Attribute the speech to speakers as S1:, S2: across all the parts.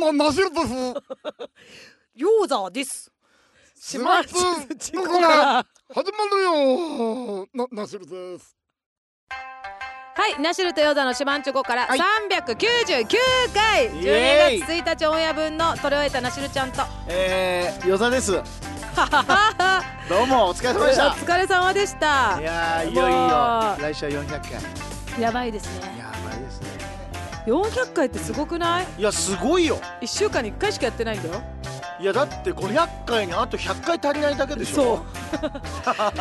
S1: な、な、なしるとす。
S2: 餃子です。
S1: 始末
S2: 始
S1: の
S2: 末
S1: コー ナー始まるよな、なしるです。
S2: はい、ナシルとヨーザのシマンチョコから
S1: はい
S2: 399回、
S3: イエー
S2: 12
S3: イ
S2: 月1日オンエア分の取り終えたナシルちゃんと。
S3: えー、よさ です。どうも、お疲れ様でし
S2: お
S3: た。
S2: 疲れ様でした
S3: い。やー、いよいよ、来週は400回。
S2: やばいですね。
S3: やばいですね。
S2: 400回ってすごくない
S3: いや、すごいよ。
S2: ?1 週間に1回しかやってないんだよ。
S3: いや、だって500回にあと100回足りないだけでしょ。
S2: う。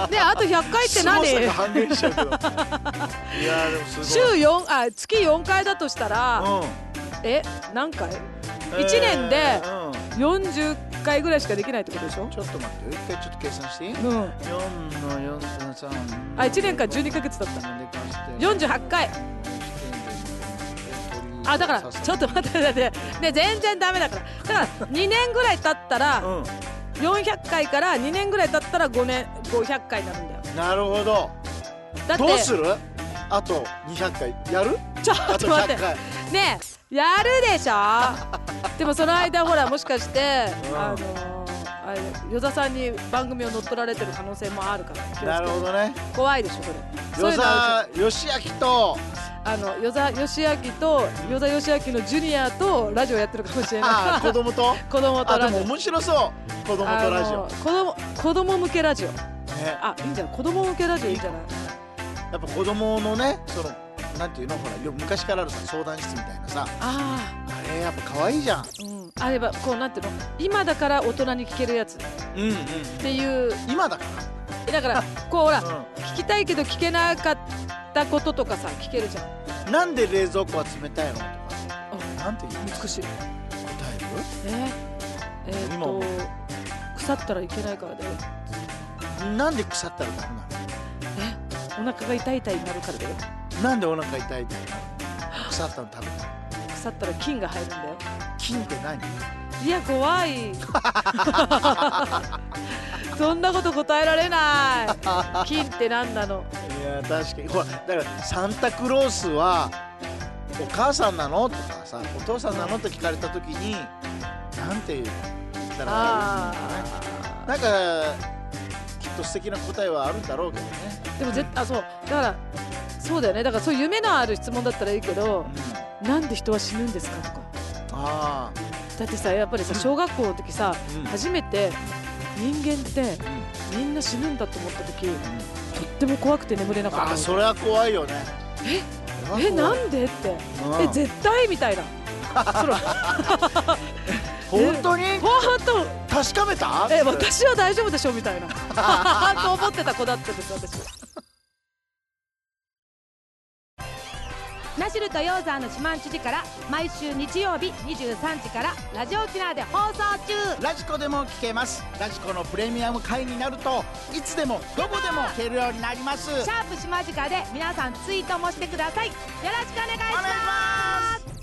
S2: で、あと100回って何
S3: 凄さが半減しちゃうけど。いやー、でもす
S2: 週
S3: ごい。
S2: 4、あ、月4回だとしたら、え、何回
S3: うん
S2: 一年で
S3: えーうん
S2: ?40 回ぐらいしかできないってことでしょ
S3: ちょっと待ってよ、一回ちょっと計算していい
S2: うん。
S3: ?4 の4の3。
S2: あ、1年間12ヶ月だった。48回。あだからちょっと待って待ってで全然ダメだからだから2年ぐらい経ったら
S3: うん
S2: 400回から2年ぐらい経ったら5年500回になるんだよ
S3: なるほど
S2: だって
S3: どうするあと200回やる
S2: ちょ
S3: あ
S2: っ
S3: と
S2: と待
S3: 100
S2: っ
S3: 回
S2: てねえやるでしょ でもその間ほらもしかして
S3: うん
S2: あのーあれ与田さんに番組を乗っ取られてる可能性もあるから気をつけて
S3: なるほどね
S2: 怖いでしょそれそう
S3: 与
S2: いうのある
S3: 沢義明と
S2: からあの与田義明と与田義明のジュニアとラジオやってるかもしれない
S3: あー子供と
S2: 子供と
S3: あで
S2: ラジ
S3: も
S2: オ
S3: 面白そう子供とラ
S2: あ
S3: ジオ
S2: の子供子供向けラジオ
S3: ね
S2: あいいんじゃない子供向けラジオいいんじゃない
S3: やっぱ子供のねそのなんていうのほらよ昔からあるさ相談室みたいなさ
S2: あ
S3: あれやっぱ可愛いじゃん
S2: あうんあればこうなんていうの今だから大人に聞けるやつっ
S3: うんうん
S2: ていう
S3: 今だか
S2: だからこうほら
S3: ら、
S2: 聞きたいけど聞けなかったこととかさ聞けるじゃん
S3: うんなんで冷蔵庫は冷たいのとかなんていうの答
S2: 美しいね
S3: える
S2: えーっ
S3: 今
S2: と
S3: 思う
S2: 腐ったらいけないからだよ
S3: なんで腐ったらダメな
S2: お腹が痛い痛いになるからだよ
S3: のなんでお腹痛いみたいな腐ったの食べたの
S2: 腐ったら菌が入るんだよ
S3: 金って何
S2: いや怖い そんなこと答えられない菌って何なの
S3: いや確かにほらだからサンタクロースはお母さんなのとかさお父さんなのと聞かれた時になんて言ったら
S2: あ
S3: なんかきっと素敵な答えはあるんだろうけどね、
S2: ーでも絶あそうだからそうだよねだからそういう夢のある質問だったらいいけどなんで人は死ぬんですかとか
S3: ああ
S2: だってさやっぱりさ小学校の時さ
S3: うん
S2: 初めて人間ってみんな死ぬんだと思った時とっても怖くて眠れなか
S3: あ
S2: っ
S3: ー
S2: た
S3: それは怖いよねそれ
S2: え
S3: は怖い
S2: なんでって
S3: う
S2: え
S3: ん
S2: 絶対みたいなその
S3: 本当に
S2: 本当
S3: 確かめた
S2: え私は大丈夫でしょみたいなと思ってた子だったんです私
S4: ナシルとヨーザーの島ん知事から毎週日曜日23時からラジオ沖縄で放送中
S3: ラジコでも聞けますラジコのプレミアム会になるといつでもどこでも聞けるようになります
S4: シャープ島近で皆さんツイートもしてくださいよろしくお願いします